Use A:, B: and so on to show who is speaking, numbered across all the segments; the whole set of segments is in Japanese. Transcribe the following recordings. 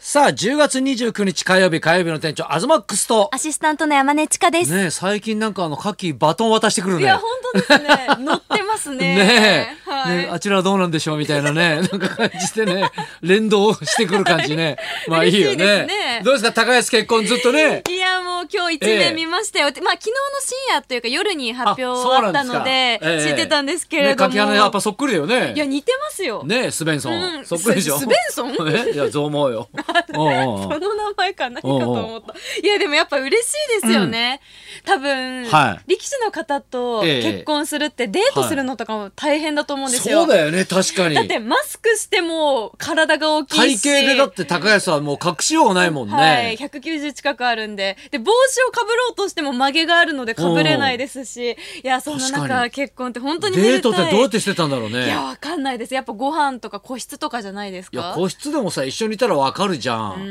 A: さあ、10月29日火曜日、火曜日の店長、アズマックスと。
B: アシスタントの山根千佳です。
A: ねえ最近なんかあの、カキバトン渡してくる
B: い
A: ね。
B: や、本当で すね。乗ってますね。
A: ねえ、
B: はい。
A: ねえあちらはどうなんでしょうみたいな ね、なんか感じでね、連動してくる感じね。まあいいよ
B: 嬉しいで
A: ね。
B: すね
A: どうですか、高安結婚ずっとね。
B: いやもう今日一年見ましたよ、まあ昨日の深夜というか夜に発表
A: あそう
B: あ
A: なんで
B: った
A: すか
B: ので
A: ええ
B: 知ってたんですけれ
A: ね
B: ども、
A: 柿花やっぱそっくりだよね。
B: いや似てますよ、
A: ねえ、スベンソン。
B: うん
A: そっくりでしょ。
B: ススベンソ ン
A: えいや、そう思うよ。うんうんうん
B: その名前か何かと思ったいやでもやっぱ嬉しいですよね、多分、
A: はい
B: 力士の方と
A: ええ
B: 結婚するってデートするのとかも大変だと思うんですよ、
A: そうだよね、確かに。
B: だってマスクしても体が大き
A: 体
B: いし
A: 型でだって高安はもう隠しようがないもんね。
B: はい、190近くあるんでで帽子をかぶろうとしても曲げがあるのでかぶれないですしいやそんな
A: 確か
B: 中
A: に
B: 結婚って本当にめ
A: デ
B: で
A: ートった
B: い
A: てどうやってしてたんだろうね。
B: いやわかんないですやっぱご飯とか個室とかじゃないです
A: いや
B: か
A: 個室でもさ一緒にいたらわかるじゃ
B: うー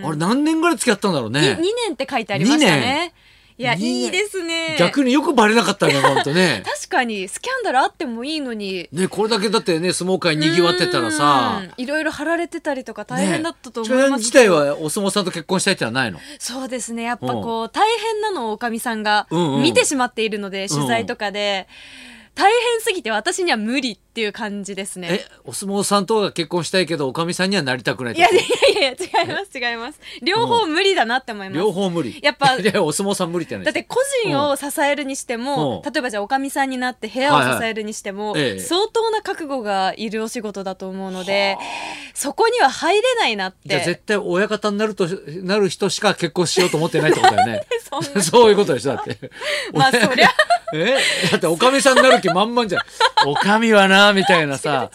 A: ん。
B: ん
A: あれ何年ぐらい付き合ったんだろう
B: 2
A: ね。
B: 年って書いてありましたねいや
A: 二年
B: いいですね。
A: 逆によくバレなかったね本当ね
B: 確かにスキャンダルあってもいいのに
A: ねこれだけだってね相撲界賑わってたらさ。
B: うんいろいろ貼られてたりとか大変だったと思
A: ねちか
B: い
A: ちゃん
B: ま
A: 自
B: す
A: 体はお相撲さんと結婚したいってのはないの。
B: そうですねやっぱこう大変なのをおかみさんが
A: うんうん
B: 見てしまっているので、
A: うん
B: 取材とかで大変すぎて私には無理っていう感じですね
A: えお相撲さんとは結婚したいけどおかみさんにはなりたくないっ
B: い
A: てこ
B: や
A: と
B: いやいや違います違います両方無理だなって思います
A: 両方無理。
B: やっぱ
A: いやお相撲さん無理ってない
B: だって個人を支えるにしても、
A: うん
B: 例えばじゃあおかみさんになって部屋を支えるにしても、
A: はいはいええ
B: 相当な覚悟がいるお仕事だと思うので、そこには入れないなっ
A: じゃあ
B: て
A: 絶対親方になるとなる人しか結婚しようと思ってないってことだよね。
B: そん な
A: そういうことでしょだって。
B: まあそりゃ
A: えだっておかみさんになる気満々じゃん。 おかみはなみたいな さ。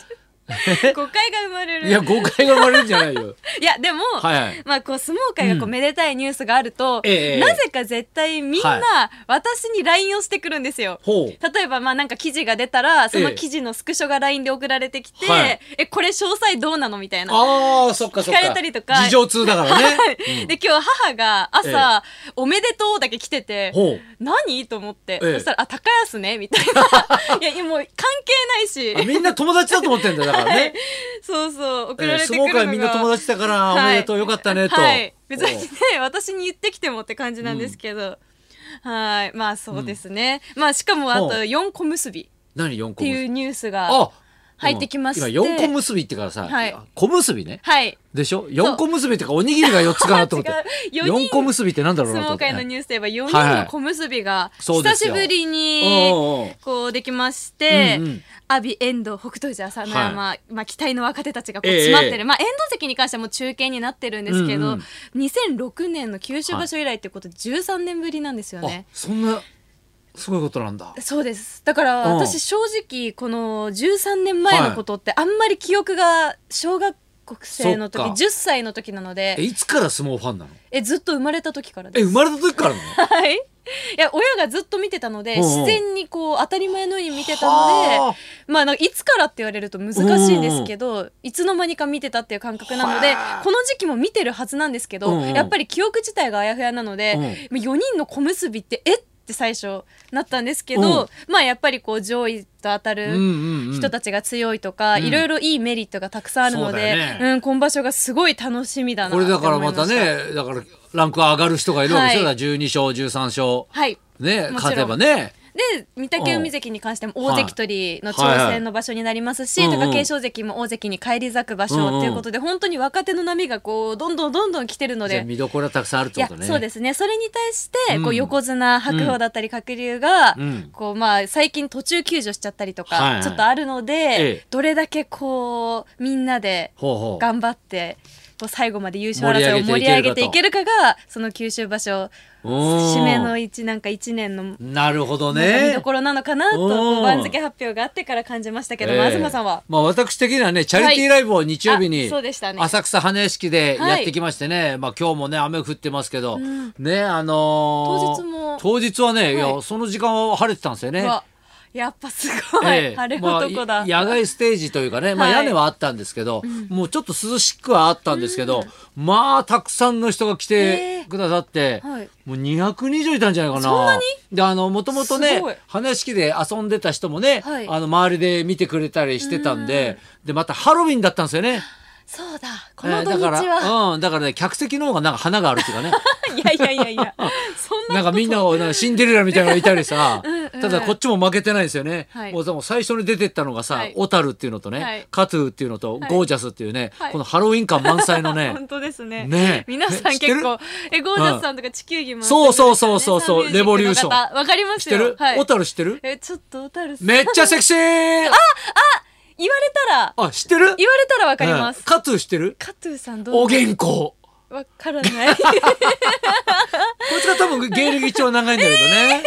B: 誤解が生まれる
A: いや誤解が生まれるんじゃないよ。
B: いやでも、
A: はいはい
B: まあこう相撲界がこうめでたいニュースがあると、
A: ええ
B: なぜか絶対みんな
A: は
B: 私に LINE をしてくるんですよ。
A: ほう。
B: 例えばまあなんか記事が出たらそ
A: え
B: の
A: え
B: 記事のスクショが LINE で送られてきて「え
A: はい
B: これ詳細どうなの?」みたい な。
A: ああそっかそっか。
B: 聞かれたりとか
A: 事情通だから ね。
B: で今日母が朝「おめでとう」だけ来てて
A: ほう。
B: 何と思って、
A: ええ
B: そしたら「あ高安ね」み たいないやいやもう関係ない
A: あ
B: し
A: みんな友達だと思ってんだよだからね。
B: そうそう送
A: え
B: ら
A: ー
B: れてくる
A: 相
B: の
A: 撲
B: が、
A: 界みんな友達だからお
B: はい
A: めでとうよかったねと。
B: はい、別に
A: ほう
B: ね私に言ってきてもって感じなんですけど、はいまあそうですね、まあしかもあ
A: ほう
B: と4個結び
A: 何四
B: っ
A: 個
B: て
A: 結び
B: い。うニュースが
A: あ
B: 入ってきまして
A: 今四個結びってからさ、
B: はい
A: 小結びね。
B: はい。
A: でしょ四個結びってかおにぎりが四つかなと思って
B: 違う四人
A: 四個結びってなんだろうな
B: 相
A: と思
B: 撲
A: って。
B: 界のニュースで言えば4
A: はい
B: 人
A: は
B: の
A: い
B: 小結が
A: そうで
B: 久
A: す
B: し
A: よ
B: ぶりに
A: おうおう
B: こうできまして、
A: うんうん
B: 阿炎遠藤北勝富士朝乃山、まあ、期待の若手たちがこう
A: ええ
B: 詰まってる、まあ、遠藤関に関してはもう中堅になってるんですけど、
A: うん
B: 2006年の九州場所以来ってことで13年ぶりなんですよね。
A: あそんなすごいことなんだ。
B: そうですだから
A: うん
B: 私正直この13年前のことってあんまり記憶が小学生の時
A: そっか
B: 10歳の時なの
A: え
B: で
A: いつから相撲ファンなの？
B: えずっと生まれた時から
A: え
B: です。
A: 生まれた時からなの？
B: はい、いや親がずっと見てたので
A: うんうん
B: 自然にこう当たり前のように見てたので
A: はあ
B: まあなんかいつからって言われると難しいんですけどいつの間にか見てたっていう感覚なので
A: はあ
B: この時期も見てるはずなんですけど
A: うんうん
B: やっぱり記憶自体があやふやなので
A: うん
B: 4人の小結びってえって最初なったんですけ
A: うん
B: どまあやっぱりこう上位と当た
A: うん
B: る
A: うんうん。
B: 人たちが強いとか
A: うん
B: いろいろいいメリットがたくさんあるの
A: そうだよね
B: でうん今場所がすごい楽しみだな
A: これだからまた
B: って思いし
A: ねだからランク上がる人がいるわけでしょ。
B: は
A: だから12勝13勝
B: たはい
A: ね
B: もちろん
A: 勝てばね。
B: で御嶽海関に関しても大関取りの挑戦の場所になりますし、
A: はいはい
B: とか貴景勝関も大関に返り咲く場所っていうことで、本当に若手の波がこうどんどんどんどん来てるの
A: じゃあ
B: で。
A: 見どころはたくさんあるっ
B: い
A: て
B: や
A: ことね。
B: そうですねそれに対して、
A: うん
B: こう横綱白鵬だったり鶴竜が、
A: うん
B: こうまあ、最近途中休場しちゃったりとか、
A: はいはい
B: ちょっとあるので、
A: ええ
B: どれだけこうみんなで
A: ほうほう。
B: 頑張ってこう最後まで優勝争いを盛り上げていけるかがその九州場所
A: うん
B: 締めの一なんか一年の
A: なるほど
B: なんか見
A: ね
B: ど。ころなのかなと
A: うん
B: こう番付発表があってから感じましたけども、
A: ええ
B: 東さんは
A: まあ私的にはねチャリティーライブを日曜日
B: は
A: に
B: いあそうでしたね
A: 浅草花屋敷でやってきましてね、まあ今日もね雨降ってますけど、ねあのー
B: 当日も
A: 当日はね、い、
B: は
A: やその時間は晴れてたんですよね。
B: うわやっぱすごい、
A: ええ
B: 晴れ男だ、
A: まあ、い野外ステージというかね、まあ、
B: は
A: 屋
B: い
A: 根はあったんですけど、もうちょっと涼しくはあったんですけど、まあたくさんの人が来
B: え
A: て
B: え
A: くださって、
B: はい
A: もう200人以上いたんじゃないかな。
B: そんなに
A: であのもともとね
B: すごい
A: 花屋敷で遊んでた人もね、
B: はい
A: あの周りで見てくれたりしてたんででまたハロウィンだったんですよね。
B: そうだこの
A: え
B: 土
A: ー
B: 日
A: だから
B: は、
A: うんだからね客席の方がなんか花がある っていうかね
B: いやいやいやいや そんな
A: なんかみんなをなんかシンデレラみたいなのがいたりさ
B: うんうん
A: ただこっちも負けてないんですよね、
B: はい
A: もうでも最初に出てったのがさ、
B: はい
A: 小樽っていうのとね、
B: はい
A: カトゥーっていうのと、
B: はい
A: ゴージャスっていうね、
B: はい
A: このハロウィン感満載のね
B: 本当ですね
A: ね
B: 皆さん
A: 知ってる
B: 結構えゴージャスさんとか地球儀も、
A: そうそうそうそうそう
B: サンミュージックの方
A: レボリューション
B: わかりま
A: 知っ
B: す
A: て
B: よ
A: る
B: はい
A: 小樽、知ってる
B: えちょっと小樽さん
A: めっちゃセクシ ー
B: 言われたら
A: あ知ってる
B: 言われたらわかりま
A: う
B: す、
A: んカトゥー知ってる
B: カトゥーさんど
A: お
B: う
A: 原稿
B: わからない えー、申し
A: こいつが多分芸歴一番長いんだけど ね、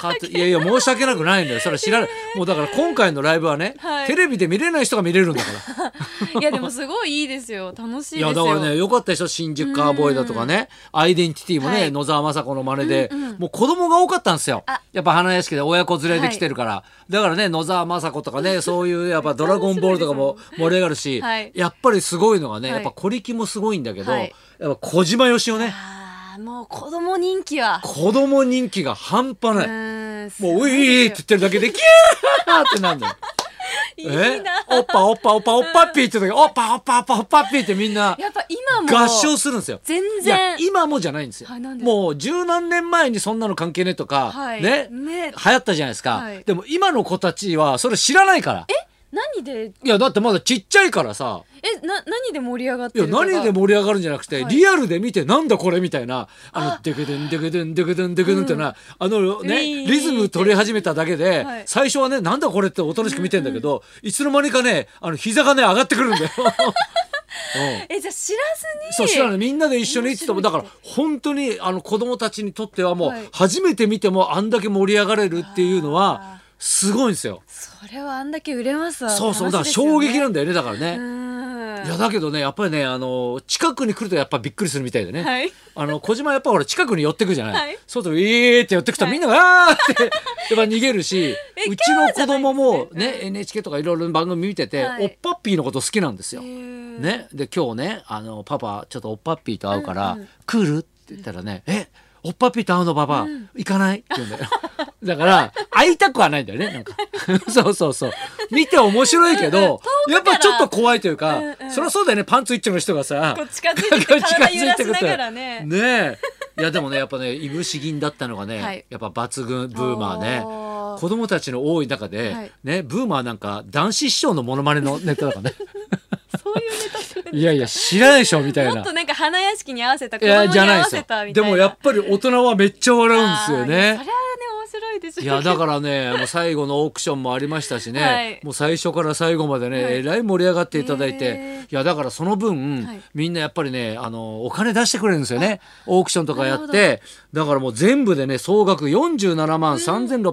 A: かといやいや申し訳なくないんだよそれは知らないもうだから今回のライブはね、
B: はい
A: テレビで見れない人が見れるんだから
B: 訳いやでもすごいいいですよ楽しい
A: い
B: ですよ
A: やだからねよかったでしょ新宿カーボーイだとかねアイデンティティもね、
B: はい
A: 野沢雅子の真似で、
B: うんうん
A: もう子供が多かったんですよ
B: あ
A: やっぱ花屋敷で親子連れで来てるから、だからね野沢雅子とか ねそういうやっぱ「ドラゴンボール」とかも盛り上がるし、
B: はい
A: やっぱりすごいのがね、
B: はい
A: やっぱ小力もすごいんだけど、
B: はい
A: やっぱ小島よしおね
B: あーもう子供人気は
A: 子供人気が半端
B: う
A: ない。
B: ーんす
A: もう、
B: ご
A: う
B: い
A: いーって
B: で
A: 言
B: す
A: ってるだけで、キャーってなん だよ。
B: よいいな
A: えおっぱおっぱおっぱおっぱっぴーって言う時おっぱおっぱおっぱおっぱっぴーってみんな
B: やっぱ今も
A: 合唱するんですよ。
B: 全
A: いや
B: 然
A: 今もじゃないんですよ
B: はいなん。ですか
A: もう十何年前にそんなの関係ねえとか、
B: はい
A: ね、流
B: ね
A: 行ったじゃないですか、
B: はい
A: でも今の子たちはそれ知らないから。
B: 何で
A: いやだってまだちっちゃいからさ、
B: えな何で盛り上がっ
A: い
B: て
A: や
B: るかが
A: 何で盛り上がるんじゃなくて、
B: はい
A: リアルで見てなんだこれみたいなあの
B: あ
A: デケデンデケデンデケデンデケデンってな、あの
B: ウ
A: ね
B: ィーン
A: リズム取り始めただけで、
B: はい
A: 最初はねなんだこれっておとなしく見てんだけど、いつの間にかねあの膝がね上がってくるんだ よ。うん
B: えじゃあ知らずに
A: そう知らないみんなで一緒にいつとも
B: 面
A: だ
B: 白
A: か
B: い
A: ら本当にあの子供たちにとってはもう、
B: はい
A: 初めて見てもあんだけ盛り上がれるっていうのは
B: あ
A: すごいんですよ。
B: それはあんだけ売れますわ
A: そうそうだから
B: 楽しいですよ
A: 衝撃な
B: ね
A: んだよねだからね。
B: うーん
A: いやだけどねやっぱりねあの近くに来るとやっぱびっくりするみたいでね、
B: はい
A: あの小島やっぱほら近くに寄ってくじゃない、
B: はい
A: そうすると「えー」って寄ってくとみんなが「あー」ってやっぱ逃げるし
B: え
A: うちの子供も
B: キャーじゃない
A: ね NHK とかいろいろ番組見てて、
B: はい
A: おっぱっぴーのこと好きなんですよ。
B: へー
A: ね、で今日ねあの「パパちょっとおっぱっぴーと会うから、
B: うんうん
A: 来る?」って言ったらね「えおっぱっぴーと会うのパパ、
B: うん
A: 行かない?」って言うんだよ。 だから会いたくはないんだよねなんか そうそうそう見て面白いけど、
B: うんうん
A: やっぱちょっと怖いというか、
B: うんうん
A: そりゃそうだよねパンツ一丁の人がさ
B: こう近づい てきて体揺らしながらね
A: ねえいやでもねやっぱねいぶし銀だったのがね、
B: はい
A: やっぱ抜群ブーマーね
B: おー
A: 子供たちの多い中で、
B: はい
A: ねブーマーなんか男子師匠のモノマネのネタだからね
B: そういうネタする
A: いやいや知らないでしょみたい
B: もっ
A: な
B: と。なんか花屋敷に合わせた
A: い
B: 子供
A: や
B: に
A: じゃ
B: 合
A: ない
B: わ
A: です
B: せ
A: よ
B: たみた
A: で
B: いな
A: もやっぱり大人はめっちゃ笑うんですよ
B: あーいやそ
A: ね
B: れ。はね面白いでしょ
A: いうやだ
B: ら
A: からねもう最後のオークションもありましたしね、
B: はい
A: もう最初から最後までね、
B: はい
A: えらい盛り上がっていただいて、
B: へー
A: いやだからその分、
B: はい
A: みんなやっぱりねあのお金出してくれるんですよねオークションとかやってだからもう全部でね総額47万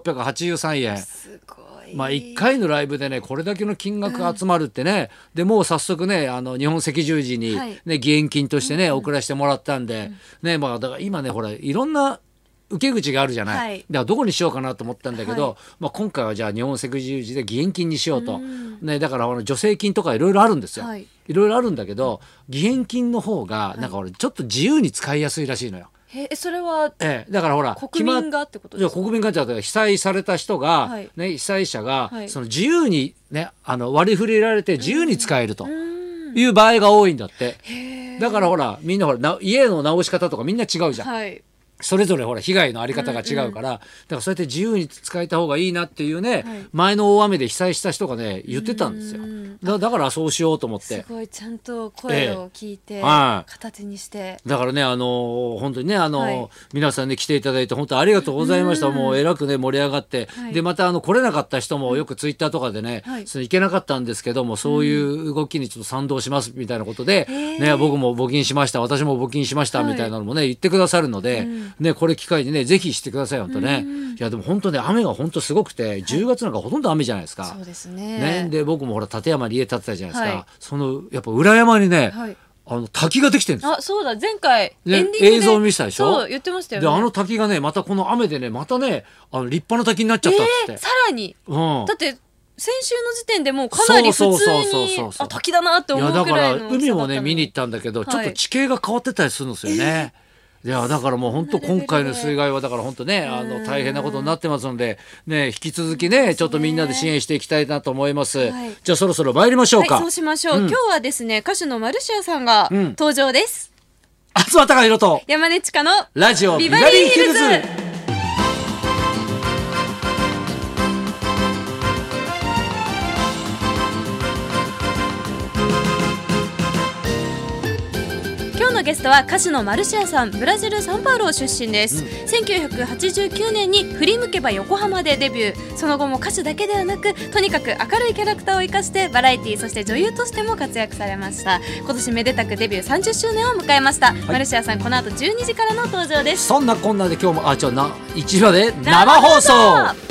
A: 3683円。
B: すごい
A: まあ、1回のライブでねこれだけの金額集まるってね、でもう早速ねあの日本赤十字に、ね
B: はい
A: 義援金としてね、送らせてもらったんで、ねまあ、だから今ねほらいろんな受け口があるじゃない、
B: はい
A: だからどこにしようかなと思ったんだけど、
B: は
A: まあ、今回はじゃあ日本赤十字で義援金にしようと、
B: うん
A: ね、だからあの助成金とかいろいろあるんですよ、
B: はいい、
A: ろいろあるんだけど義援金の方がなんか俺ちょっと自由に使いやすいらしいのよ。
B: へえそれは
A: ええ、だからほら
B: 国
A: 決まっ
B: 民がってこと
A: じ
B: で
A: ゃあ
B: すか
A: 国民感謝というか被災された人が、
B: はい
A: ね、被災者が、
B: はい
A: その自由に、ね、あの割り振れられて自由に使えると
B: うーん
A: いう場合が多いんだって。
B: へえ
A: だからほらみんなほらな家の直し方とかみんな違うじゃん、
B: はい
A: それぞれほら被害のあり方が違うから、だからそうやって自由に使えた方がいいなっていうね、
B: はい
A: 前の大雨で被災した人がね言ってたんですよ
B: うん
A: だだからそうしようと思っ
B: す
A: て
B: ごいちゃんと声を聞いて
A: はい
B: 片手にして
A: だからねあのー本当にねあのー
B: はい
A: 皆さんね来ていただいて本当ありがとうございました
B: うん
A: もうえらくね盛り上がって、
B: はい
A: でまたあの来れなかった人もよくツイッターとかでね、
B: はい
A: その行けなかったんですけどもそういう動きにちょっと賛同しますみたいなことで、
B: へー
A: ね僕も募金しました私も募金しました
B: はい
A: みたいなのもね言ってくださるので、
B: うん
A: ねこれ機会にねぜひしてください本当ね、
B: うん
A: いやでも本当ね雨が本当すごくて10月なんかほとんど雨じゃないですか。
B: そうです
A: ね、
B: ね
A: で僕もほら立山に家建てたじゃないですか、
B: はい
A: そのやっぱ裏山にね、
B: はい
A: あの滝ができてるんですよ
B: あそうだ前回
A: ね
B: エンディングで
A: 映像見せたでしょ
B: そう言ってましたよ
A: で
B: ね
A: あの滝がねまたこの雨でねまたねあの立派な滝になっちゃったっつ
B: え
A: って、
B: ーさらに
A: うん
B: だって先週の時点でもうかなり普通
A: そうそうそうそうそ
B: に
A: うそう
B: あ滝だなって
A: い
B: 思
A: や
B: う
A: だ
B: く
A: から
B: い
A: ら
B: の大きさだったの
A: 海もね見に行ったんだけど、
B: はい
A: ちょっと地形が変わってたりするんですよね、いやだからもう本当
B: そんなレベ
A: 今
B: ルで
A: 回の水害はだから本当ねあ
B: う
A: の
B: ん
A: 大変なことになってますのでね引き続きねちょっとみんなで支援していきたいなと思います、
B: はい
A: じゃあそろそろ参りましょう
B: はい、
A: か、
B: そうしましょう、
A: うん
B: 今日はですね、歌手のマルシアさんが
A: うん
B: 登場です。
A: あつまたかひろと
B: 山根千佳の
A: ラジオビ
B: ビ
A: バ
B: バ
A: リー
B: リー
A: ヒ
B: ヒ
A: ル
B: ル
A: ズ
B: ズ今日のゲストは歌手のマルシアさんブラジルサンパウロ出身です、
A: うん
B: 1989年に「振り向けば横浜」でデビューその後も歌手だけではなくとにかく明るいキャラクターを生かしてバラエティーそして女優としても活躍されました今年めでたくデビュー30周年を迎えました、マルシアさんこの後12時からの登場です
A: そんなこんなで今日もあちょな一話で生放送